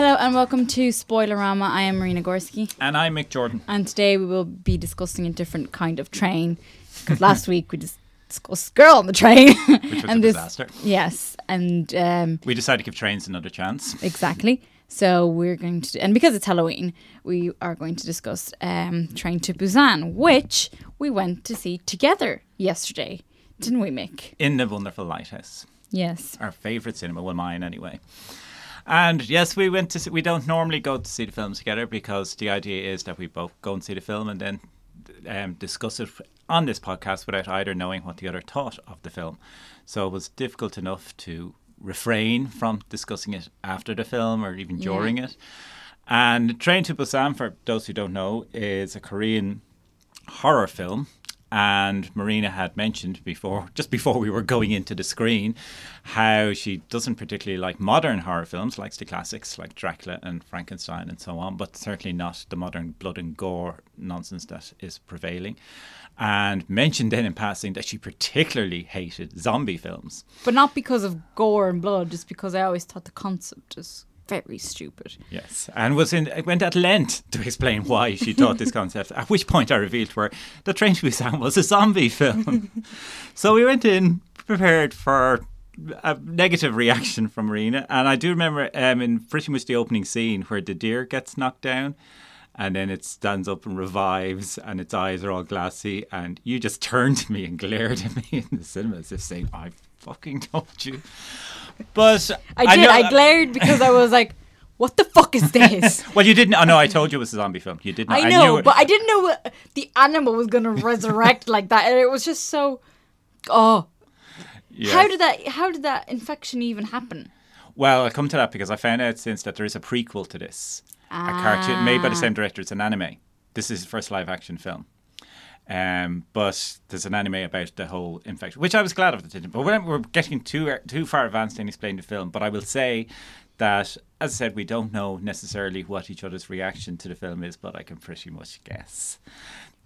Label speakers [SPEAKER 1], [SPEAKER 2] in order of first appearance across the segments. [SPEAKER 1] Uh, and welcome to Spoilerama. I am Marina Gorski,
[SPEAKER 2] And I'm Mick Jordan.
[SPEAKER 1] and today we will be discussing a different kind of train. 'Cause last week we just discussed Girl on the Train,
[SPEAKER 2] Which was a
[SPEAKER 1] and this,
[SPEAKER 2] disaster.
[SPEAKER 1] yes, and um,
[SPEAKER 2] We decided to give trains another chance.
[SPEAKER 1] exactly. So we're going to, and because it's Halloween, we are going to discuss um, Train to Busan, which we went to see together yesterday, didn't we, Mick?
[SPEAKER 2] In the wonderful lighthouse.
[SPEAKER 1] Yes.
[SPEAKER 2] Our favourite cinema, well mine anyway. And yes, we went to see, we don't normally go to see the film together because the idea is that we both go and see the film and then um, discuss it on this podcast without either knowing what the other thought of the film. So it was difficult enough to refrain from discussing it after the film or even during it. And Train to Busan, for those who don't know, is a Korean horror film. And Marina had mentioned before, just before we were going into the screen, how she doesn't particularly like modern horror films, likes the classics like Dracula and Frankenstein and so on, but certainly not the modern blood and gore nonsense that is prevailing. And mentioned then in passing that she particularly hated zombie films.
[SPEAKER 1] But not because of gore and blood, just because I always thought the concept was very stupid.
[SPEAKER 2] Yes, and was in went at length to explain why she taught this concept. At which point, I revealed to her that Train to Busan was a zombie film. so we went in prepared for a negative reaction from Marina, and I do remember um, in pretty much the opening scene where the deer gets knocked down. And then it stands up and revives, and its eyes are all glassy. And you just turned to me and glared at me in the cinema as if saying, I fucking told you. But
[SPEAKER 1] I did.
[SPEAKER 2] know-
[SPEAKER 1] I, glared because I was like, "What the fuck is this?"
[SPEAKER 2] Well, you didn't. Oh no, I told you it was a zombie film. You didn't.
[SPEAKER 1] I
[SPEAKER 2] knew
[SPEAKER 1] know,
[SPEAKER 2] it.
[SPEAKER 1] but I didn't know what- the animal was gonna resurrect like that, and it was just so. Oh,
[SPEAKER 2] Yes.
[SPEAKER 1] how did that? How did that infection even happen?
[SPEAKER 2] Well, I'll come to that because I found out since that there is a prequel to this, a cartoon made by the
[SPEAKER 1] Ah.
[SPEAKER 2] same director. It's an anime. This is his first live action film. Um, but there's an anime about the whole infection, which I was glad of that didn't. But we're, we're getting too too far advanced in explaining the film. But I will say that, as I said, we don't know necessarily what each other's reaction to the film is, but I can pretty much guess.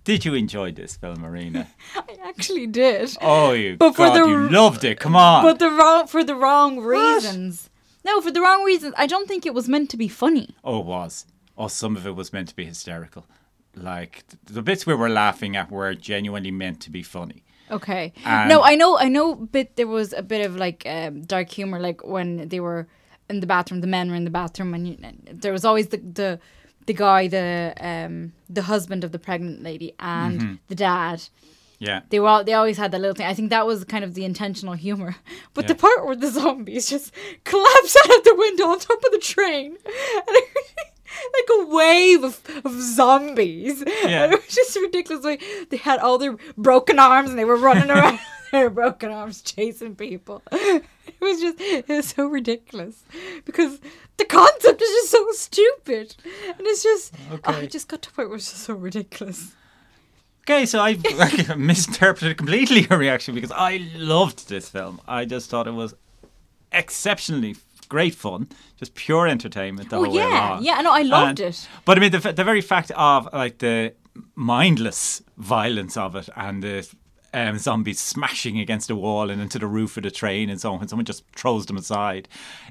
[SPEAKER 2] Did you enjoy this film, Marina?
[SPEAKER 1] I actually did,
[SPEAKER 2] Oh, you
[SPEAKER 1] But for
[SPEAKER 2] God,
[SPEAKER 1] the-
[SPEAKER 2] you loved it. Come on.
[SPEAKER 1] but the wrong for the wrong reasons. No, for the wrong reasons. I don't think it was meant to be funny.
[SPEAKER 2] Oh, it was. Oh, some of it was meant to be hysterical. Like th- the bits we were laughing at were genuinely meant to be funny.
[SPEAKER 1] Okay.
[SPEAKER 2] And-
[SPEAKER 1] no, I know, I know. Bit there was a bit of like um, dark humor, like when they were in the bathroom, the men were in the bathroom, and, you, and there was always the the the guy, the um, the husband of the pregnant lady, and the dad.
[SPEAKER 2] Yeah.
[SPEAKER 1] They were all, they always had that little thing. I think that was kind of the intentional humor. But the
[SPEAKER 2] Yeah.
[SPEAKER 1] part where the zombies just collapse out of the window on top of the train, and it was like a wave of, of zombies.
[SPEAKER 2] Yeah.
[SPEAKER 1] And it was just ridiculous. Like they had all their broken arms and they were running around with their broken arms chasing people. It was just it was so ridiculous because the concept is just so stupid, and it's just oh,
[SPEAKER 2] Okay.
[SPEAKER 1] it just got to a point where it's just so ridiculous.
[SPEAKER 2] Okay, so I misinterpreted completely her reaction because I loved this film. I just thought it was exceptionally great fun, just pure entertainment the
[SPEAKER 1] Oh
[SPEAKER 2] whole way
[SPEAKER 1] yeah,
[SPEAKER 2] along.
[SPEAKER 1] yeah. No, I loved
[SPEAKER 2] And-
[SPEAKER 1] it.
[SPEAKER 2] But I mean, the, f- the very fact of like the mindless violence of it and the um, zombies smashing against a wall and into the roof of the train and so on, when someone just throws them aside,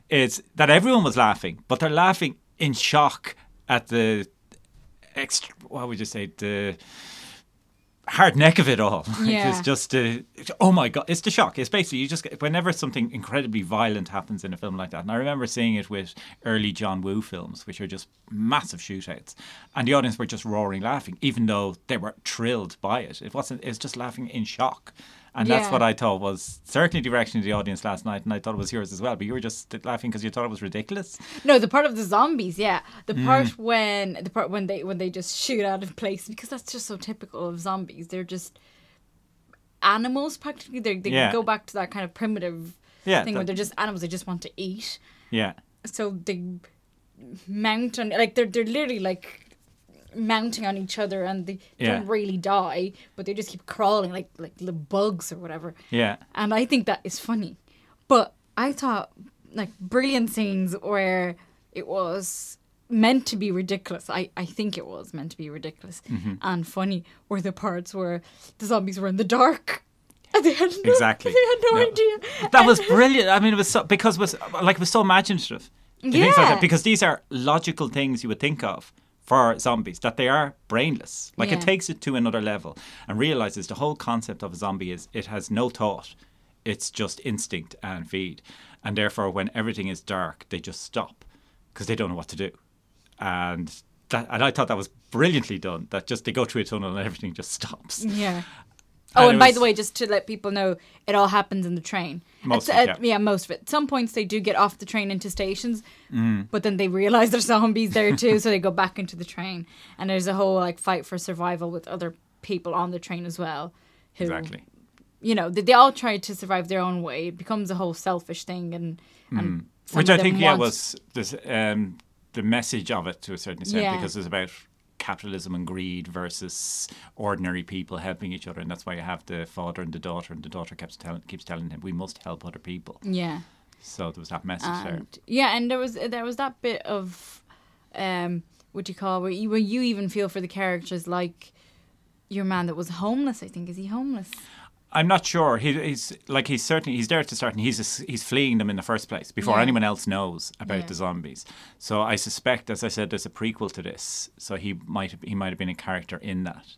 [SPEAKER 2] is that everyone was laughing, but they're laughing in shock at the extra, what would you say, the hard neck of it all.
[SPEAKER 1] Yeah.
[SPEAKER 2] it's just the oh my god, it's the shock. It's basically you just get- whenever something incredibly violent happens in a film like that. And I remember seeing it with early John Woo films, which are just massive shootouts, and the audience were just roaring laughing, even though they were thrilled by it. It wasn't. It's just laughing in shock. And
[SPEAKER 1] Yeah.
[SPEAKER 2] that's what I thought was certainly the reaction of the audience last night, and I thought it was yours as well. But you were just laughing because you thought it was ridiculous.
[SPEAKER 1] No, the part of the zombies, yeah. The
[SPEAKER 2] Mm.
[SPEAKER 1] part when the part when they when they just shoot out of place because that's just so typical of zombies. They're just animals practically. They they
[SPEAKER 2] Yeah.
[SPEAKER 1] go back to that kind of primitive
[SPEAKER 2] Yeah,
[SPEAKER 1] thing where
[SPEAKER 2] that-
[SPEAKER 1] they're just animals. They just want to eat.
[SPEAKER 2] Yeah,
[SPEAKER 1] So they mount on like they're they're literally like mounting on each other and they
[SPEAKER 2] Yeah.
[SPEAKER 1] don't really die, but they just keep crawling like like little bugs or whatever.
[SPEAKER 2] yeah.
[SPEAKER 1] And I think that is funny. But I thought like brilliant scenes where it was meant to be ridiculous. I, I think it was meant to be ridiculous and funny were the parts where the zombies were in the dark. And they had no,
[SPEAKER 2] Exactly.
[SPEAKER 1] They had no,
[SPEAKER 2] No.
[SPEAKER 1] idea.
[SPEAKER 2] That was brilliant. I mean, it was so, because it was like it was so imaginative. and things like
[SPEAKER 1] Yeah.
[SPEAKER 2] that because these are logical things you would think of for zombies that they are brainless like
[SPEAKER 1] Yeah.
[SPEAKER 2] it takes it to another level and realizes the whole concept of a zombie is it has no thought it's just instinct and feed and therefore when everything is dark they just stop because they don't know what to do and that, and I thought that was brilliantly done that just they go through a tunnel and everything just stops
[SPEAKER 1] Yeah. Oh,
[SPEAKER 2] it
[SPEAKER 1] and by
[SPEAKER 2] was-
[SPEAKER 1] the way, just to let people know, it all happens in the train.
[SPEAKER 2] Most
[SPEAKER 1] At-
[SPEAKER 2] of it,
[SPEAKER 1] at-
[SPEAKER 2] yeah.
[SPEAKER 1] most of it. Some points they do get off the train into stations,
[SPEAKER 2] Mm.
[SPEAKER 1] but then they realize there's zombies there too, so they go back into the train. And there's a whole like fight for survival with other people on the train as well. Who,
[SPEAKER 2] exactly
[SPEAKER 1] You know, they, they all try to survive their own way. It becomes a whole selfish thing, and, and some
[SPEAKER 2] Hmm. which
[SPEAKER 1] of
[SPEAKER 2] I
[SPEAKER 1] them
[SPEAKER 2] think yeah
[SPEAKER 1] want-
[SPEAKER 2] was this, um, the message of it to a certain extent
[SPEAKER 1] Yeah.
[SPEAKER 2] because it's about capitalism and greed versus ordinary people helping each other, and that's why you have the father and the daughter, and the daughter keeps telling keeps telling him we must help other people.
[SPEAKER 1] Yeah.
[SPEAKER 2] So there was that message there.
[SPEAKER 1] and yeah, and there was there was that bit of um, what do you call where you, where you even feel for the characters like your man that was homeless. I think is he homeless?
[SPEAKER 2] I'm not sure. He, he's like he's certainly he's there to start, and he's he's fleeing them in the first place before
[SPEAKER 1] Yeah.
[SPEAKER 2] anyone else knows about
[SPEAKER 1] Yeah.
[SPEAKER 2] the zombies. So I suspect, as I said, there's a prequel to this. So he might have- he might have been a character in that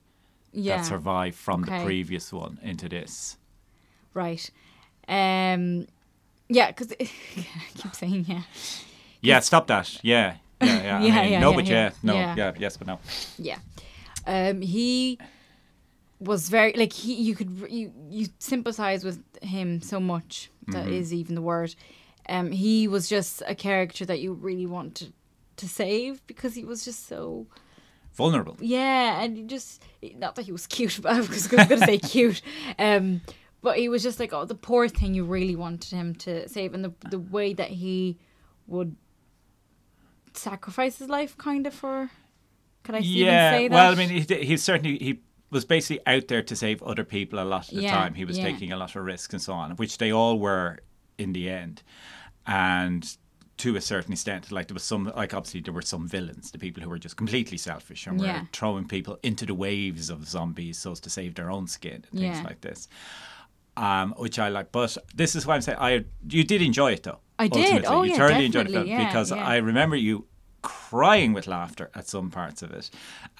[SPEAKER 1] Yeah,
[SPEAKER 2] that survived from the
[SPEAKER 1] Okay.
[SPEAKER 2] previous one into this.
[SPEAKER 1] right. Um, yeah, because I keep saying yeah,
[SPEAKER 2] Yeah, stop that. Yeah. Yeah, yeah. I
[SPEAKER 1] Yeah,
[SPEAKER 2] mean,
[SPEAKER 1] yeah,
[SPEAKER 2] no,
[SPEAKER 1] yeah,
[SPEAKER 2] but
[SPEAKER 1] yeah.
[SPEAKER 2] yeah. No,
[SPEAKER 1] Yeah.
[SPEAKER 2] yeah. yes, but no.
[SPEAKER 1] yeah. Um, he was very like he. You could you you sympathize with him so much. That is even the word. Um, he was just a character that you really wanted to save because he was just so
[SPEAKER 2] Vulnerable.
[SPEAKER 1] Yeah, and you just not that he was cute, but I was going to say cute. Um, but he was just like, oh, the poor thing. You really wanted him to save, and the the way that he would sacrifice his life, kind of for. Could I
[SPEAKER 2] yeah.
[SPEAKER 1] even say that?
[SPEAKER 2] Well, I mean, he, d- he certainly he was basically out there to save other people a lot of the
[SPEAKER 1] Yeah,
[SPEAKER 2] time. He was
[SPEAKER 1] yeah.
[SPEAKER 2] taking a lot of risks and so on, which they all were in the end. And to a certain extent, like there was some, like obviously there were some villains, the people who were just completely selfish and
[SPEAKER 1] Yeah.
[SPEAKER 2] were throwing people into the waves of zombies so as to save their own skin and things
[SPEAKER 1] Yeah.
[SPEAKER 2] like this. Um, which I like, but this is why I'm saying I you did enjoy it though.
[SPEAKER 1] I did.
[SPEAKER 2] ultimately.
[SPEAKER 1] Oh,
[SPEAKER 2] you
[SPEAKER 1] yeah,
[SPEAKER 2] thoroughly enjoyed the
[SPEAKER 1] definitely.
[SPEAKER 2] film
[SPEAKER 1] Yeah,
[SPEAKER 2] because
[SPEAKER 1] yeah.
[SPEAKER 2] I remember you crying with laughter at some parts of it,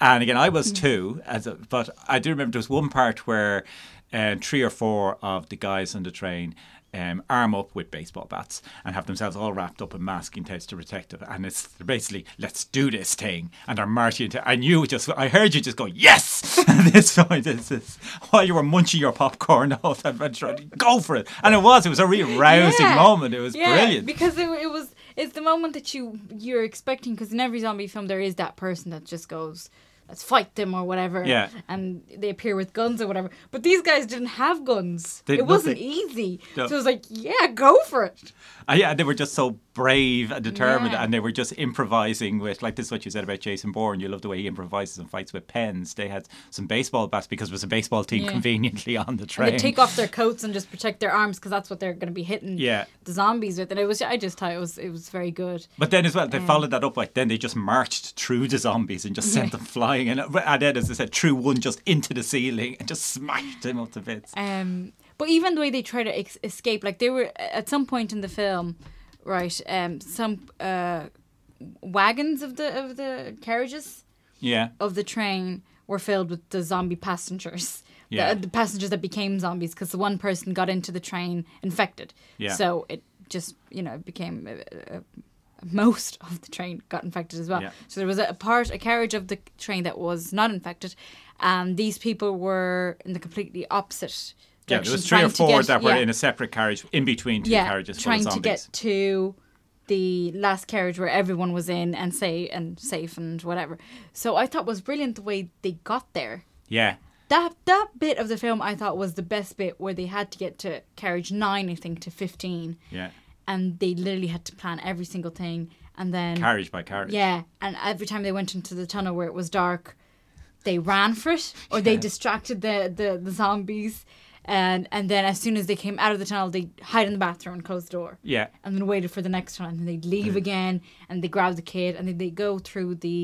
[SPEAKER 2] and again I
[SPEAKER 1] Mm.
[SPEAKER 2] was too. As a, but I do remember there was one part where uh, three or four of the guys on the train. Um, arm up with baseball bats and have themselves all wrapped up in masking tapes to protect it. And it's basically, let's do this thing. And they're marching. Into, and you just, I heard you just go, yes! at this point, it's, it's, while you were munching your popcorn, the whole time, and trying to go for it. And it was, it was a real rousing
[SPEAKER 1] Yeah.
[SPEAKER 2] moment. It was
[SPEAKER 1] yeah,
[SPEAKER 2] brilliant.
[SPEAKER 1] because it, it was it's the moment that you you're expecting because in every zombie film there is that person that just goes let's fight them or whatever
[SPEAKER 2] Yeah.
[SPEAKER 1] and they appear with guns or whatever but these guys didn't have guns
[SPEAKER 2] They-
[SPEAKER 1] it wasn't
[SPEAKER 2] nothing.
[SPEAKER 1] easy
[SPEAKER 2] No.
[SPEAKER 1] so it was like yeah go for it
[SPEAKER 2] Uh, yeah, they were just so brave and determined,
[SPEAKER 1] Yeah.
[SPEAKER 2] and they were just improvising with like this. is What you said about Jason Bourne, you love the way he improvises and fights with pens. They had some baseball bats because there was a baseball team
[SPEAKER 1] Yeah.
[SPEAKER 2] conveniently on the
[SPEAKER 1] and
[SPEAKER 2] train.
[SPEAKER 1] they take off their coats and just protect their arms because that's what they're going to be hitting
[SPEAKER 2] Yeah.
[SPEAKER 1] the zombies with and it was I just thought it was it was very good
[SPEAKER 2] But then as well, they followed that up. Like then they just marched through the zombies and just sent them flying. And, uh, and then, as I said, threw one just into the ceiling and just smashed him up to bits.
[SPEAKER 1] Um, but even the way they try to ex- escape, like they were at some point in the film, right? Um, some uh, wagons of the of the carriages
[SPEAKER 2] Yeah,
[SPEAKER 1] of the train were filled with the zombie passengers. The-
[SPEAKER 2] Yeah.
[SPEAKER 1] The, passengers that became zombies because the one person got into the train infected.
[SPEAKER 2] Yeah.
[SPEAKER 1] So it just you know became uh, uh, most of the train got infected as well.
[SPEAKER 2] Yeah.
[SPEAKER 1] So there was a part a carriage of the train that was not infected, and these people were in the completely opposite.
[SPEAKER 2] yeah.
[SPEAKER 1] direction,
[SPEAKER 2] There was three or
[SPEAKER 1] trying to
[SPEAKER 2] four
[SPEAKER 1] get-
[SPEAKER 2] that were
[SPEAKER 1] yeah
[SPEAKER 2] in a separate carriage in between two carriages full of
[SPEAKER 1] trying to
[SPEAKER 2] zombies.
[SPEAKER 1] get to the last carriage where everyone was in and say and safe and whatever. So I thought was brilliant the way they got there.
[SPEAKER 2] yeah,
[SPEAKER 1] That that bit of the film I thought was the best bit where they had to get to carriage nine, I think, to fifteen,
[SPEAKER 2] yeah.
[SPEAKER 1] and they literally had to plan every single thing, and then
[SPEAKER 2] Carriage by carriage.
[SPEAKER 1] Mm. yeah, and every time they went into the tunnel where it was dark, they ran for it or they distracted the, the, the zombies. And, and then as soon as they came out of the tunnel, they hide in the bathroom and close the door.
[SPEAKER 2] Yeah.
[SPEAKER 1] And then
[SPEAKER 2] Hmm.
[SPEAKER 1] waited for the next one. And they'd leave again and they grab the kid and then they go through the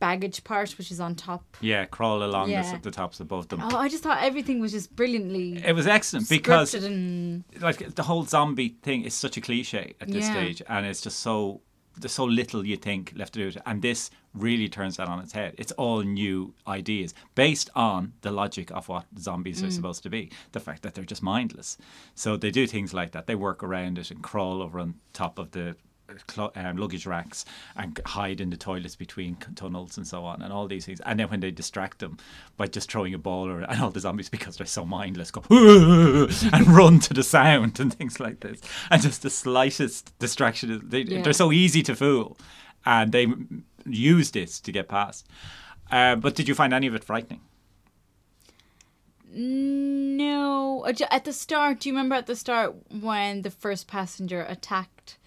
[SPEAKER 1] baggage part, which is on top.
[SPEAKER 2] Yeah, crawl along
[SPEAKER 1] Yeah.
[SPEAKER 2] The, the tops above them.
[SPEAKER 1] Oh, I just thought everything was just brilliantly
[SPEAKER 2] It was excellent Eh, because
[SPEAKER 1] scripted and
[SPEAKER 2] like the whole zombie thing is such a cliche at this
[SPEAKER 1] Yeah.
[SPEAKER 2] stage, and it's just so there's so little you think left to do. it. And this really turns that on its head. It's all new ideas based on the logic of what zombies
[SPEAKER 1] Mm.
[SPEAKER 2] are supposed to be. The fact that they're just mindless, so they do things like that. They work around it and crawl over on top of the. clo- Um, luggage racks and c- hide in the toilets between c- tunnels and so on and all these things and then when they distract them by just throwing a ball or and all the zombies because they're so mindless go and run to the sound and things like this and just the slightest distraction is- they,
[SPEAKER 1] Yeah.
[SPEAKER 2] they're so easy to fool and they m- use this to get past uh, but did you find any of it frightening
[SPEAKER 1] no. Uh, ju- At the start, do you remember at the start when the first passenger attacked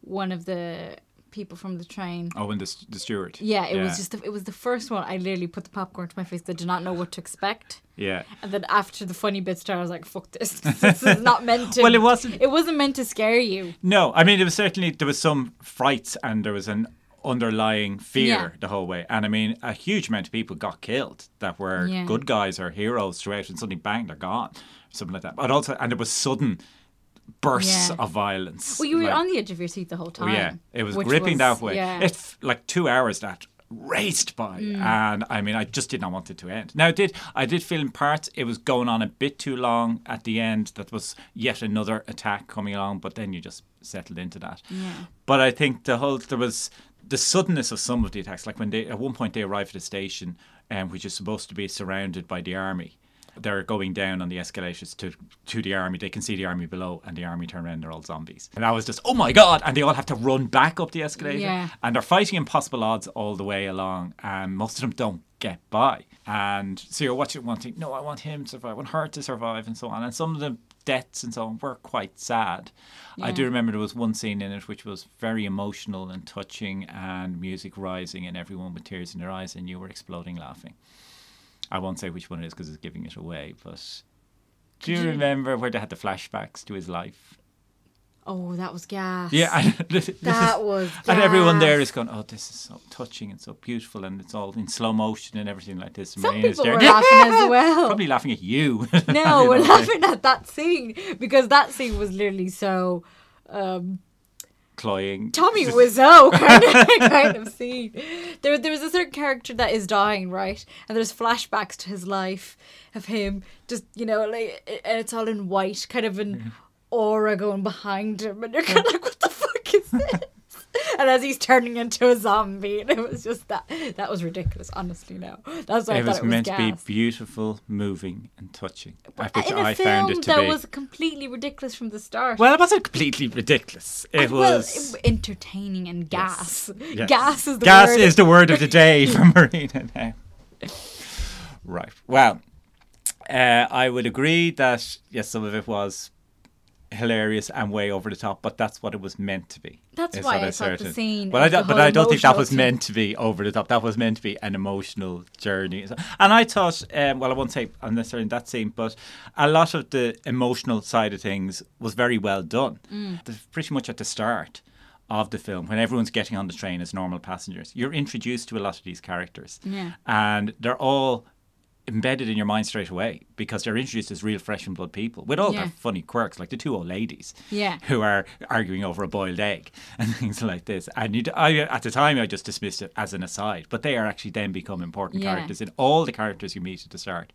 [SPEAKER 1] one of the people from the train?
[SPEAKER 2] oh and the, s- the steward
[SPEAKER 1] Yeah, it was just the, it was the first one. I literally put the popcorn to my face. I did not know what to expect.
[SPEAKER 2] yeah
[SPEAKER 1] And then after the funny bit started, I was like, "Fuck this! This is not meant to."
[SPEAKER 2] Well, it wasn't-
[SPEAKER 1] It wasn't meant to scare you.
[SPEAKER 2] No, I mean there was certainly there was some frights and there was an underlying fear
[SPEAKER 1] Yeah.
[SPEAKER 2] the whole way. And I mean a huge amount of people got killed that were
[SPEAKER 1] Yeah.
[SPEAKER 2] good guys or heroes throughout and suddenly bang they're gone. Something like that. But also and it was sudden bursts
[SPEAKER 1] Yeah.
[SPEAKER 2] of violence.
[SPEAKER 1] Well, you were
[SPEAKER 2] like-
[SPEAKER 1] on the edge of your seat the whole time.
[SPEAKER 2] Oh, yeah, it was
[SPEAKER 1] which
[SPEAKER 2] gripping
[SPEAKER 1] was-
[SPEAKER 2] that way.
[SPEAKER 1] Yeah.
[SPEAKER 2] It's like two hours that raced by, and I mean, I just did not want it to end. Now, it did I did feel in parts it was going on a bit too long at the end. That was yet another attack coming along, but then you just settled into that.
[SPEAKER 1] Yeah.
[SPEAKER 2] But I think the whole there was the suddenness of some of the attacks. Like when they at one point they arrive at a station, um, which is supposed to be surrounded by the army. They're going down on the escalators to to the army. They can see the army below, and the army turn around. and They're all zombies, and I was just oh my god! And they all have to run back up the escalator,
[SPEAKER 1] Yeah.
[SPEAKER 2] and they're fighting impossible odds all the way along, and most of them don't get by. And so you're watching, wanting no, I want him to survive, I want her to survive, and so on. And some of the deaths and so on were quite sad. I
[SPEAKER 1] Yeah.
[SPEAKER 2] do remember there was one scene in it which was very emotional and touching, and music rising, and everyone with tears in their eyes, and you were exploding laughing. I won't say which one it is because it's giving it away, but do you remember where they had the flashbacks to his life?
[SPEAKER 1] Oh, that was gas.
[SPEAKER 2] Yeah, and this, this is-
[SPEAKER 1] that was. Gas.
[SPEAKER 2] and everyone there is going, oh, this is so touching and so beautiful, and it's all in slow motion and everything like this. And
[SPEAKER 1] Some
[SPEAKER 2] Marina's
[SPEAKER 1] people
[SPEAKER 2] there,
[SPEAKER 1] were laughing as well.
[SPEAKER 2] Probably laughing at you.
[SPEAKER 1] No, we're
[SPEAKER 2] You know,
[SPEAKER 1] laughing at that scene because that scene was literally so um,
[SPEAKER 2] Cloying.
[SPEAKER 1] Tommy Wiseau kind of, kind of scene. There, there was a certain character that is dying, right? And there's flashbacks to his life of him, just you know, like, and it's all in white, kind of
[SPEAKER 2] Mm-hmm.
[SPEAKER 1] an aura going behind him, and you're kind of like, what the fuck is this? And as he's turning into a zombie, and it was just that that was ridiculous. Honestly, no, that's why I
[SPEAKER 2] It
[SPEAKER 1] thought
[SPEAKER 2] was
[SPEAKER 1] it was
[SPEAKER 2] meant to be
[SPEAKER 1] gas.
[SPEAKER 2] beautiful, moving, and touching,
[SPEAKER 1] But
[SPEAKER 2] which
[SPEAKER 1] in a
[SPEAKER 2] I
[SPEAKER 1] film
[SPEAKER 2] found it to
[SPEAKER 1] that
[SPEAKER 2] be.
[SPEAKER 1] was completely ridiculous from the start.
[SPEAKER 2] Well, it wasn't completely ridiculous. It
[SPEAKER 1] Well,
[SPEAKER 2] was.
[SPEAKER 1] it- entertaining and gas.
[SPEAKER 2] Yes.
[SPEAKER 1] Gas is the
[SPEAKER 2] gas
[SPEAKER 1] word.
[SPEAKER 2] is the word of the day for Marina now. Right. Well, uh, I would agree that yes, some of it was hilarious and way over the top, but that's what it was meant to be.
[SPEAKER 1] That's
[SPEAKER 2] is
[SPEAKER 1] why
[SPEAKER 2] what
[SPEAKER 1] I thought the
[SPEAKER 2] asserted.
[SPEAKER 1] scene
[SPEAKER 2] But I
[SPEAKER 1] of the
[SPEAKER 2] don't, but
[SPEAKER 1] whole
[SPEAKER 2] I don't think that
[SPEAKER 1] emotional
[SPEAKER 2] was
[SPEAKER 1] scene-
[SPEAKER 2] meant to be over the top. That was meant to be an emotional journey. So- And I thought, um, well, I won't say necessarily in that scene, but a lot of the emotional side of things was very well done.
[SPEAKER 1] Mm.
[SPEAKER 2] The- pretty much at the start of the film, when everyone's getting on the train as normal passengers, you're introduced to a lot of these characters.
[SPEAKER 1] Yeah.
[SPEAKER 2] And they're all embedded in your mind straight away because they're introduced as real flesh and blood people with all
[SPEAKER 1] Yeah.
[SPEAKER 2] their funny quirks, like the two old ladies
[SPEAKER 1] Yeah.
[SPEAKER 2] who are arguing over a boiled egg and things like this. And you, I, at the time, I just dismissed it as an aside, but they are actually then become important
[SPEAKER 1] Yeah.
[SPEAKER 2] characters. And all the characters you meet at the start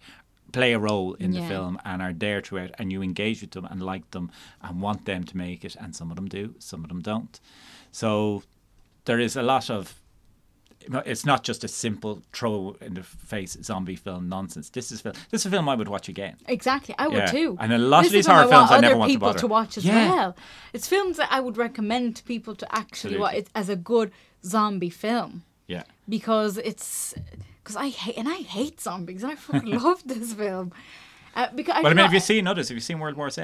[SPEAKER 2] play a role in the
[SPEAKER 1] Yeah.
[SPEAKER 2] film and are there throughout, and you engage with them and like them and want them to make it. And some of them do, some of them don't. So there is a lot of it's not just a simple throw in the face zombie film nonsense. This is film. This is a film I would watch again.
[SPEAKER 1] Exactly, I would
[SPEAKER 2] Yeah.
[SPEAKER 1] too.
[SPEAKER 2] And a lot
[SPEAKER 1] This
[SPEAKER 2] of these
[SPEAKER 1] is when
[SPEAKER 2] horror
[SPEAKER 1] I want
[SPEAKER 2] films I never
[SPEAKER 1] other
[SPEAKER 2] want to
[SPEAKER 1] people
[SPEAKER 2] bother.
[SPEAKER 1] to watch as
[SPEAKER 2] Yeah.
[SPEAKER 1] well. It's films that I would recommend to people to actually watch it as a good zombie film
[SPEAKER 2] Yeah.
[SPEAKER 1] because it's because I hate and I hate zombies and I fucking love this film. Uh, because
[SPEAKER 2] Well, I
[SPEAKER 1] do
[SPEAKER 2] mean, have
[SPEAKER 1] not-
[SPEAKER 2] you seen others? Have you seen World War Z?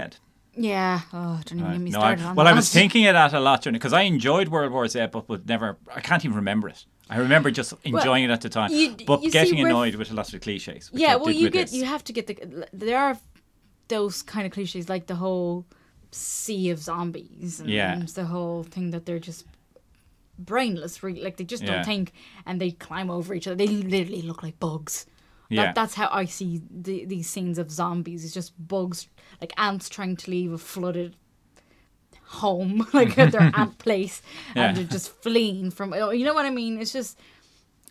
[SPEAKER 1] Yeah. Oh, don't even
[SPEAKER 2] Right.
[SPEAKER 1] get me
[SPEAKER 2] No, I,
[SPEAKER 1] started on
[SPEAKER 2] well,
[SPEAKER 1] that.
[SPEAKER 2] I was thinking of that a lot during because I enjoyed World War Z, but would never. I can't even remember it. I remember just enjoying it at the time,
[SPEAKER 1] you-
[SPEAKER 2] but
[SPEAKER 1] you see
[SPEAKER 2] getting
[SPEAKER 1] where-
[SPEAKER 2] annoyed with a lot of the cliches. Which I
[SPEAKER 1] yeah
[SPEAKER 2] did
[SPEAKER 1] well you
[SPEAKER 2] with
[SPEAKER 1] get
[SPEAKER 2] this.
[SPEAKER 1] you have to get the there are those kind of cliches like the whole sea of zombies and
[SPEAKER 2] Yeah.
[SPEAKER 1] the whole thing that they're just brainless, really. Like they just
[SPEAKER 2] Yeah.
[SPEAKER 1] don't think, and they climb over each other. They literally look like bugs.
[SPEAKER 2] Yeah.
[SPEAKER 1] That, that's how I see the, these scenes of zombies. It's just bugs, like ants trying to leave a flooded home, like their ant place,
[SPEAKER 2] Yeah.
[SPEAKER 1] and they're just fleeing from. oh, You know what I mean? It's just,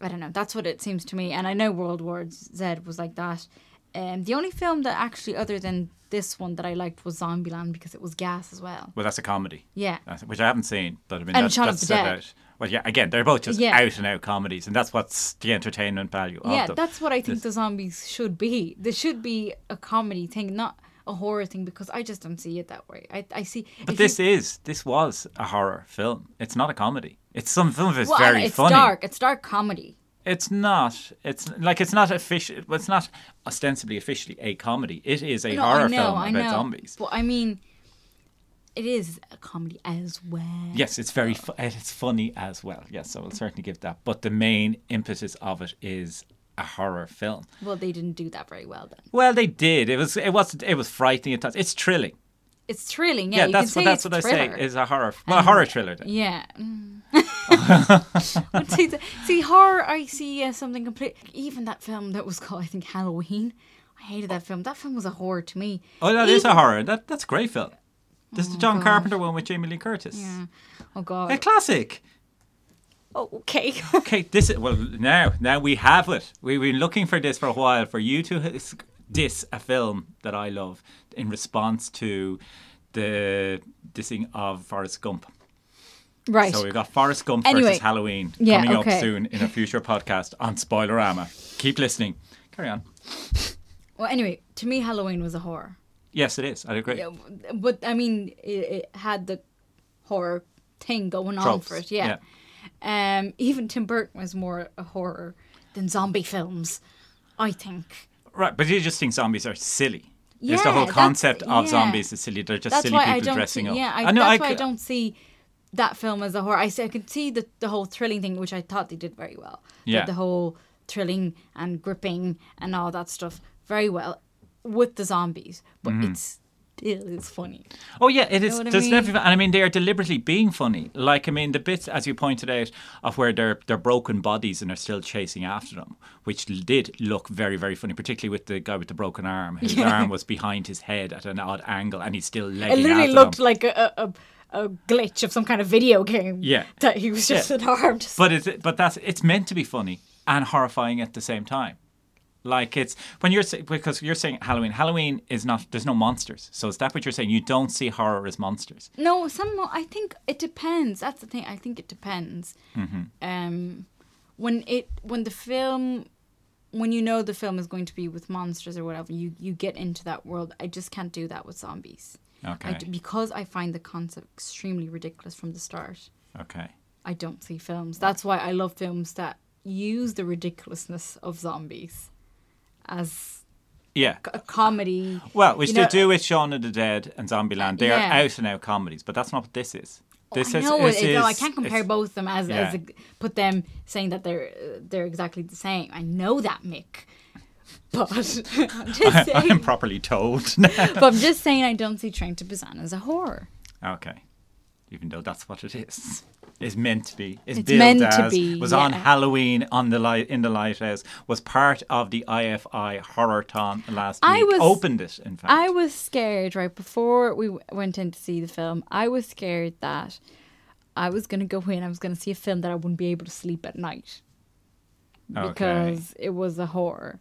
[SPEAKER 1] I don't know. That's what it seems to me. And I know World War Z was like that. Um, the only film that actually, other than this one, that I liked was Zombieland because it was gas as well.
[SPEAKER 2] Well, that's a comedy.
[SPEAKER 1] Yeah.
[SPEAKER 2] That's- Which I haven't seen, but I mean,
[SPEAKER 1] And
[SPEAKER 2] that's,
[SPEAKER 1] Shaun of
[SPEAKER 2] that's
[SPEAKER 1] the
[SPEAKER 2] set
[SPEAKER 1] Dead.
[SPEAKER 2] out. Well, yeah, again, they're both just
[SPEAKER 1] Yeah.
[SPEAKER 2] out and out comedies, and that's what's the entertainment value
[SPEAKER 1] yeah,
[SPEAKER 2] of them.
[SPEAKER 1] that's what I think the zombies should be. There should be a comedy thing, not a horror thing, because I just don't see it that way. I, I see.
[SPEAKER 2] But
[SPEAKER 1] if you-
[SPEAKER 2] this is this was a horror film. It's not a comedy. It's some some of it's
[SPEAKER 1] well, I know,
[SPEAKER 2] very
[SPEAKER 1] it's
[SPEAKER 2] funny.
[SPEAKER 1] dark. It's dark comedy.
[SPEAKER 2] It's not. It's like it's not official. It's not ostensibly officially a comedy. It is a
[SPEAKER 1] No,
[SPEAKER 2] horror
[SPEAKER 1] I know,
[SPEAKER 2] film
[SPEAKER 1] I
[SPEAKER 2] about
[SPEAKER 1] know.
[SPEAKER 2] zombies.
[SPEAKER 1] But I mean, it is a comedy as well.
[SPEAKER 2] Yes, it's very fu- and it's funny as well. Yes, I will certainly give that. But the main impetus of it is a horror film.
[SPEAKER 1] Well, they didn't do that very well then.
[SPEAKER 2] Well, they did. It was it was it was frightening at times. It's thrilling.
[SPEAKER 1] It's thrilling. Yeah,
[SPEAKER 2] Yeah,
[SPEAKER 1] you
[SPEAKER 2] that's
[SPEAKER 1] can
[SPEAKER 2] what
[SPEAKER 1] say
[SPEAKER 2] that's
[SPEAKER 1] it's
[SPEAKER 2] what I
[SPEAKER 1] thriller.
[SPEAKER 2] say. Is a horror. Well, a horror thriller. Then.
[SPEAKER 1] Yeah. Mm. But see, the- see, horror, I see uh, something complete. Even that film that was called, I think, Halloween. I hated that film. That film was a horror to me.
[SPEAKER 2] Oh, that is
[SPEAKER 1] Even- Oh,
[SPEAKER 2] a horror. That that's a great film. This is the John Carpenter one with Jamie Lee Curtis.
[SPEAKER 1] Yeah. Oh, God.
[SPEAKER 2] A classic.
[SPEAKER 1] Oh, okay.
[SPEAKER 2] Okay, this is well now. Now we have it. We've been looking for this for a while. For you to his- diss a film that I love in response to the dissing of Forrest Gump.
[SPEAKER 1] right.
[SPEAKER 2] So we've got Forrest Gump
[SPEAKER 1] Anyway.
[SPEAKER 2] versus Halloween
[SPEAKER 1] Yeah,
[SPEAKER 2] coming up
[SPEAKER 1] okay.
[SPEAKER 2] soon in a future podcast on Spoilerama. Keep listening. Carry on.
[SPEAKER 1] Well, anyway, to me, Halloween was a horror.
[SPEAKER 2] Yes, it is. I agree.
[SPEAKER 1] Yeah, But, I mean, it, it had the horror thing going on
[SPEAKER 2] Tropes,
[SPEAKER 1] for it. Yeah. Um, even Tim Burton was more a horror than zombie films, I think.
[SPEAKER 2] Right, but you just think zombies are silly. There's the
[SPEAKER 1] Yeah,
[SPEAKER 2] whole
[SPEAKER 1] that's-
[SPEAKER 2] concept of
[SPEAKER 1] yeah.
[SPEAKER 2] zombies is silly. They're just
[SPEAKER 1] That's
[SPEAKER 2] silly
[SPEAKER 1] why
[SPEAKER 2] people
[SPEAKER 1] I don't
[SPEAKER 2] dressing
[SPEAKER 1] see,
[SPEAKER 2] up.
[SPEAKER 1] Yeah, I,
[SPEAKER 2] know,
[SPEAKER 1] that's why I
[SPEAKER 2] c-
[SPEAKER 1] don't see that film as a horror. I, see, I could see the, the whole thrilling thing, which I thought they did very well. They
[SPEAKER 2] Yeah.
[SPEAKER 1] did The whole thrilling and gripping and all that stuff very well with the zombies, but
[SPEAKER 2] Mm-hmm.
[SPEAKER 1] it's still it's funny.
[SPEAKER 2] Oh yeah, it is.
[SPEAKER 1] what I
[SPEAKER 2] there's
[SPEAKER 1] mean?
[SPEAKER 2] definitely, and I mean they are deliberately being funny. Like I mean the bits, as you pointed out, of where they're they're broken bodies and are still chasing after them, which l- did look very very funny, particularly with the guy with the broken arm. His arm was behind his head at an odd angle, and he's still
[SPEAKER 1] It
[SPEAKER 2] legging
[SPEAKER 1] literally
[SPEAKER 2] after
[SPEAKER 1] looked
[SPEAKER 2] them.
[SPEAKER 1] like a, a, a, a glitch of some kind of video game.
[SPEAKER 2] Yeah.
[SPEAKER 1] That he was just
[SPEAKER 2] Yeah.
[SPEAKER 1] an arm. Just,
[SPEAKER 2] But it's but that's it's meant to be funny and horrifying at the same time. Like it's when you're say- because you're saying Halloween. Halloween is not there's no monsters. So is that what you're saying? You don't see horror as monsters.
[SPEAKER 1] no, some, I think it depends. That's the thing. I think it depends. Um, when it, when the film, when you know the film is going to be with monsters or whatever, you, you get into that world. I just can't do that with zombies. I
[SPEAKER 2] Okay.
[SPEAKER 1] d- because I find the concept extremely ridiculous from the start.
[SPEAKER 2] Okay.
[SPEAKER 1] I don't see films. That's why I love films that use the ridiculousness of zombies as
[SPEAKER 2] Yeah.
[SPEAKER 1] a comedy.
[SPEAKER 2] Well, which
[SPEAKER 1] You
[SPEAKER 2] they
[SPEAKER 1] know-
[SPEAKER 2] do with Shaun of the Dead and Zombieland. They
[SPEAKER 1] Yeah. Oh,
[SPEAKER 2] are out and out comedies, but that's not what this is. This
[SPEAKER 1] I
[SPEAKER 2] is,
[SPEAKER 1] know it
[SPEAKER 2] this
[SPEAKER 1] is, though I
[SPEAKER 2] is-
[SPEAKER 1] can't compare
[SPEAKER 2] it's-
[SPEAKER 1] both of them as, as
[SPEAKER 2] Yeah.
[SPEAKER 1] a, put them saying that they're uh, they're exactly the same. I know that Mick, but I'm just
[SPEAKER 2] I am
[SPEAKER 1] saying.
[SPEAKER 2] properly told. now.
[SPEAKER 1] but I'm just saying I don't see Train to Busan as a horror.
[SPEAKER 2] okay, even though that's what it is. It's meant to be. It's,
[SPEAKER 1] It's
[SPEAKER 2] billed
[SPEAKER 1] meant to
[SPEAKER 2] as,
[SPEAKER 1] be,
[SPEAKER 2] Was on
[SPEAKER 1] yeah.
[SPEAKER 2] Halloween on the light in the lighthouse. Was part of the IFI Horrorthon last
[SPEAKER 1] I
[SPEAKER 2] week.
[SPEAKER 1] was-
[SPEAKER 2] Opened it, in fact.
[SPEAKER 1] I was scared right before we w- went in to see the film. I was scared that I was going to go in. I was going to see a film that I wouldn't be able to sleep at night
[SPEAKER 2] okay.
[SPEAKER 1] because it was a horror,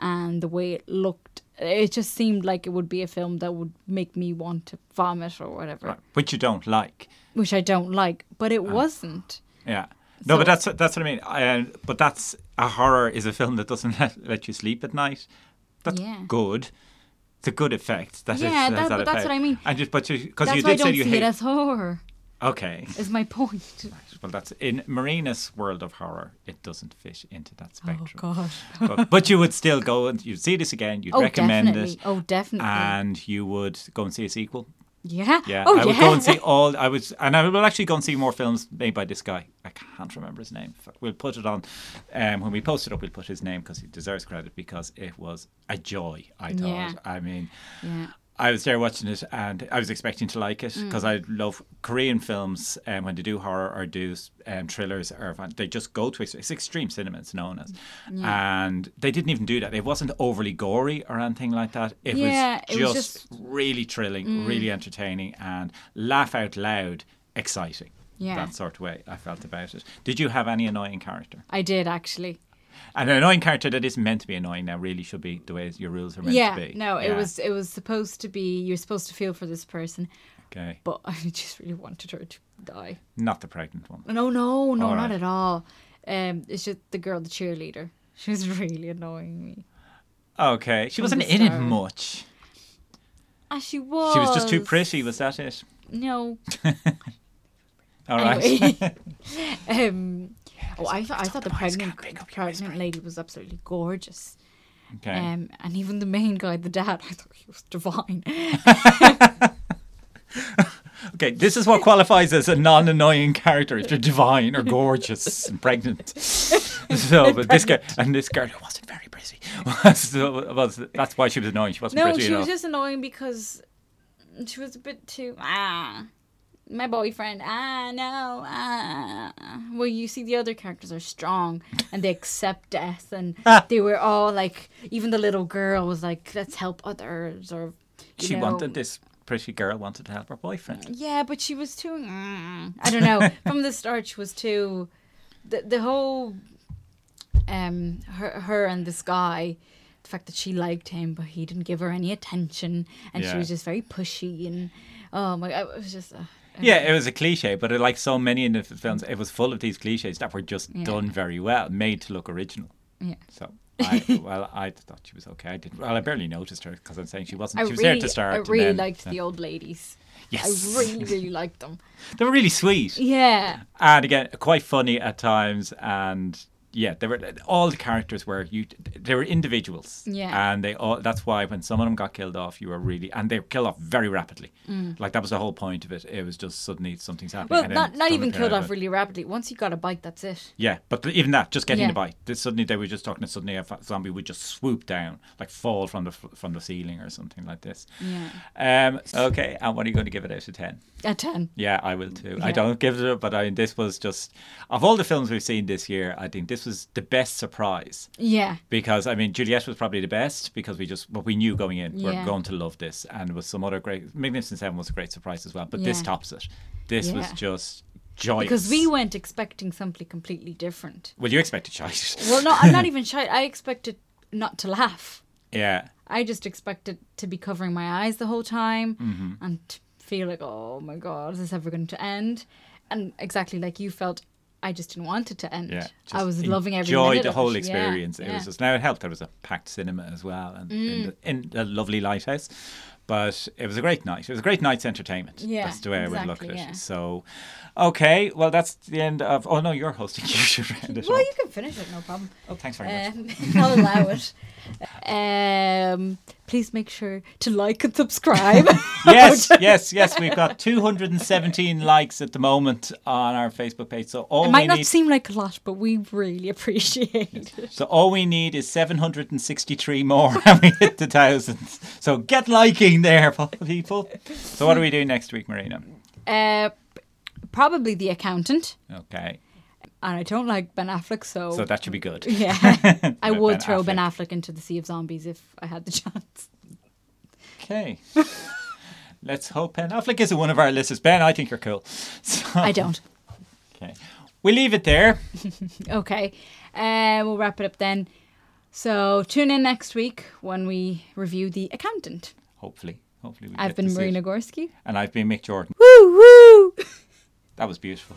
[SPEAKER 1] and the way it looked, it just seemed like it would be a film that would make me want to vomit or whatever,
[SPEAKER 2] Right. Ah. Which you don't like.
[SPEAKER 1] which I don't like. But it wasn't.
[SPEAKER 2] Yeah. No,
[SPEAKER 1] So-
[SPEAKER 2] but that's that's what I mean. I, uh, but that's a horror is a film that doesn't let, let you sleep at night. That's
[SPEAKER 1] Yeah.
[SPEAKER 2] good. It's a good effect. That is-
[SPEAKER 1] Yeah,
[SPEAKER 2] has
[SPEAKER 1] that- but that's
[SPEAKER 2] effect.
[SPEAKER 1] what I mean.
[SPEAKER 2] And just but because
[SPEAKER 1] That's
[SPEAKER 2] you
[SPEAKER 1] why I
[SPEAKER 2] did say
[SPEAKER 1] don't
[SPEAKER 2] you
[SPEAKER 1] see
[SPEAKER 2] hate.
[SPEAKER 1] it as horror.
[SPEAKER 2] okay.
[SPEAKER 1] Is my point.
[SPEAKER 2] Well, that's in Marina's world of horror. It doesn't fit into that
[SPEAKER 1] Oh
[SPEAKER 2] spectrum.
[SPEAKER 1] God.
[SPEAKER 2] But, but you would still go and you'd see this again. You'd
[SPEAKER 1] Oh,
[SPEAKER 2] recommend
[SPEAKER 1] definitely.
[SPEAKER 2] it,
[SPEAKER 1] Oh, definitely.
[SPEAKER 2] and you would go and see a sequel.
[SPEAKER 1] yeah.
[SPEAKER 2] Yeah,
[SPEAKER 1] Oh,
[SPEAKER 2] I would
[SPEAKER 1] yeah.
[SPEAKER 2] go and see all. I would, and I will actually go and see more films made by this guy. I can't remember his name. We'll put it on um, when we post it up. We'll put his name because he deserves credit because it was a joy. I thought.
[SPEAKER 1] Yeah.
[SPEAKER 2] I mean,
[SPEAKER 1] yeah.
[SPEAKER 2] I was there watching it and I was expecting to like it
[SPEAKER 1] Mm.
[SPEAKER 2] because I love Korean films um, when they do horror or do um, thrillers or fan- they just go to ex- it's extreme cinema it's known as and they didn't even do that it wasn't overly gory or anything like that it
[SPEAKER 1] Yeah,
[SPEAKER 2] was
[SPEAKER 1] it was
[SPEAKER 2] just
[SPEAKER 1] just- Mm.
[SPEAKER 2] really thrilling really entertaining and laugh out loud exciting
[SPEAKER 1] Yeah.
[SPEAKER 2] that sort of way I felt about it did you have any annoying character
[SPEAKER 1] I did actually.
[SPEAKER 2] an annoying character that isn't meant to be annoying now really should be the way your rules are meant
[SPEAKER 1] yeah,
[SPEAKER 2] to be
[SPEAKER 1] no, it
[SPEAKER 2] Yeah.
[SPEAKER 1] was it was supposed to be you're supposed to feel for this person,
[SPEAKER 2] okay
[SPEAKER 1] but I just really wanted her to die.
[SPEAKER 2] not the pregnant one
[SPEAKER 1] No, no, no,
[SPEAKER 2] All
[SPEAKER 1] not
[SPEAKER 2] right.
[SPEAKER 1] at all. Um, it's just the girl, the cheerleader. She was really annoying me.
[SPEAKER 2] Okay. She
[SPEAKER 1] From
[SPEAKER 2] wasn't
[SPEAKER 1] the
[SPEAKER 2] in it
[SPEAKER 1] start.
[SPEAKER 2] much.
[SPEAKER 1] Ah, she was.
[SPEAKER 2] She was just too pretty, was that it?
[SPEAKER 1] No.
[SPEAKER 2] All right.
[SPEAKER 1] Anyway. um, oh, I, thought I thought the
[SPEAKER 2] boys can't
[SPEAKER 1] pregnant,
[SPEAKER 2] pick
[SPEAKER 1] the
[SPEAKER 2] up your ice
[SPEAKER 1] pregnant lady was absolutely gorgeous.
[SPEAKER 2] okay.
[SPEAKER 1] Um, and even the main guy, the dad, I thought he was divine.
[SPEAKER 2] okay, this is what qualifies as a non annoying character if you're divine or gorgeous and pregnant. So, but this girl, and this girl who wasn't very pretty, was, so- was, that's why she was annoying. She wasn't
[SPEAKER 1] No,
[SPEAKER 2] pretty
[SPEAKER 1] she
[SPEAKER 2] at
[SPEAKER 1] was
[SPEAKER 2] all.
[SPEAKER 1] just annoying because she was a bit too ah. My boyfriend, ah, no, ah. Well, you see, the other characters are strong and they accept death, and they were all like, even the little girl was like, let's help others, or you
[SPEAKER 2] she
[SPEAKER 1] know.
[SPEAKER 2] wanted this pretty girl wanted to help her boyfriend.
[SPEAKER 1] Yeah, but she was too. mm, I don't know. From the start, she was too. The the whole, um, her her and this guy, the fact that she liked him, but he didn't give her any attention, and
[SPEAKER 2] Yeah.
[SPEAKER 1] she was just very pushy, and oh my, I was just. Uh,
[SPEAKER 2] Yeah, it was a cliche, but it, like so many in the f- films, it was full of these cliches that were just
[SPEAKER 1] Yeah.
[SPEAKER 2] done very well, made to look original.
[SPEAKER 1] Yeah.
[SPEAKER 2] So, I, well, I thought she was okay. I didn't. Well, I barely noticed her because I'm saying she wasn't.
[SPEAKER 1] I
[SPEAKER 2] she was
[SPEAKER 1] really,
[SPEAKER 2] there to start.
[SPEAKER 1] I
[SPEAKER 2] and
[SPEAKER 1] really
[SPEAKER 2] then- uh,
[SPEAKER 1] liked
[SPEAKER 2] then-
[SPEAKER 1] the old ladies.
[SPEAKER 2] Yes,
[SPEAKER 1] I really, really liked them.
[SPEAKER 2] they were really sweet,
[SPEAKER 1] Yeah.
[SPEAKER 2] and again, quite funny at times, and. Yeah, they were all the characters were you. They were individuals,
[SPEAKER 1] Yeah.
[SPEAKER 2] and they all. That's why when some of them got killed off, you were really and they were killed off very rapidly. Like that was the whole point of it. It was just suddenly something's happening.
[SPEAKER 1] Mm. Well,
[SPEAKER 2] and then
[SPEAKER 1] not not
[SPEAKER 2] suddenly
[SPEAKER 1] even
[SPEAKER 2] came
[SPEAKER 1] killed
[SPEAKER 2] out of
[SPEAKER 1] off
[SPEAKER 2] it.
[SPEAKER 1] really rapidly. Once you got a bite, that's it.
[SPEAKER 2] Yeah, but th- even that, just getting
[SPEAKER 1] Yeah.
[SPEAKER 2] the bite. Th- suddenly they were just talking, and suddenly a fa- zombie would just swoop down, like fall from the f- from the ceiling or something like this.
[SPEAKER 1] Yeah.
[SPEAKER 2] Um, okay, and what are you going to give it out of ten?
[SPEAKER 1] A ten.
[SPEAKER 2] Yeah, I will too.
[SPEAKER 1] Yeah.
[SPEAKER 2] I don't give it, a- but I this was just of all the films we've seen this year, I think this was the best surprise
[SPEAKER 1] Yeah.
[SPEAKER 2] because I mean Juliet was probably the best because we just what we knew going in
[SPEAKER 1] Yeah.
[SPEAKER 2] we're going to love this and with some other great Magnificent Seven was a great surprise as well, but this
[SPEAKER 1] Yeah.
[SPEAKER 2] tops it. This was
[SPEAKER 1] Yeah.
[SPEAKER 2] just joyous
[SPEAKER 1] Because we went expecting something completely different.
[SPEAKER 2] well, you expected shite.
[SPEAKER 1] Well, no, I'm not even shy. I expected not to laugh.
[SPEAKER 2] yeah.
[SPEAKER 1] I just expected to be covering my eyes the whole time
[SPEAKER 2] Mm-hmm.
[SPEAKER 1] and to feel like, oh my God, is this ever going to end? And exactly like you felt, I just didn't want it to end.
[SPEAKER 2] Yeah,
[SPEAKER 1] I
[SPEAKER 2] just
[SPEAKER 1] was loving every
[SPEAKER 2] enjoyed
[SPEAKER 1] minute
[SPEAKER 2] the
[SPEAKER 1] of
[SPEAKER 2] whole
[SPEAKER 1] it. Yeah,
[SPEAKER 2] experience. It
[SPEAKER 1] yeah. Mm.
[SPEAKER 2] was just now it helped. There was a packed cinema as well, and in, the, in the lovely lighthouse. But it was a great night. It was a great night's entertainment.
[SPEAKER 1] Yeah,
[SPEAKER 2] that's the way I would look at
[SPEAKER 1] exactly,
[SPEAKER 2] it.
[SPEAKER 1] yeah.
[SPEAKER 2] So, okay, well that's the end of. Oh no, you're hosting. You should round it
[SPEAKER 1] Well,
[SPEAKER 2] up.
[SPEAKER 1] you can finish it, no problem.
[SPEAKER 2] Oh, thanks very much.
[SPEAKER 1] Um, I'll allow it. Um, please make sure to like and subscribe.
[SPEAKER 2] Yes, yes, yes. We've got 217 likes at the moment on our Facebook page. So all
[SPEAKER 1] it might
[SPEAKER 2] we
[SPEAKER 1] not
[SPEAKER 2] need,
[SPEAKER 1] seem like a lot, but we really appreciate it.
[SPEAKER 2] so all we need is 763 more, and we hit the thousands. So get liking there, people. So what are we doing next week, Marina?
[SPEAKER 1] Uh, p- probably the accountant,
[SPEAKER 2] Okay.
[SPEAKER 1] and I don't like Ben Affleck, so,
[SPEAKER 2] So that should be good.
[SPEAKER 1] yeah, I
[SPEAKER 2] No,
[SPEAKER 1] would
[SPEAKER 2] Ben
[SPEAKER 1] throw Ben Affleck into the sea of zombies if I had the chance.
[SPEAKER 2] Okay. Let's hope Ben Affleck isn't one of our listeners. Ben, I think you're cool. So,
[SPEAKER 1] I don't.
[SPEAKER 2] Okay. We leave it there.
[SPEAKER 1] Okay, uh, we'll wrap it up then. So tune in next week when we review the accountant.
[SPEAKER 2] Hopefully. Hopefully we
[SPEAKER 1] I've
[SPEAKER 2] get to
[SPEAKER 1] been
[SPEAKER 2] see it.
[SPEAKER 1] Marina Gorski.
[SPEAKER 2] And I've been Mick Jordan.
[SPEAKER 1] Woo woo!
[SPEAKER 2] That was beautiful.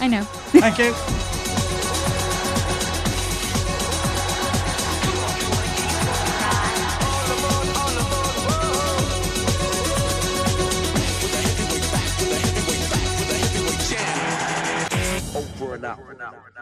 [SPEAKER 1] I know.
[SPEAKER 2] Thank you.
[SPEAKER 3] Over and out.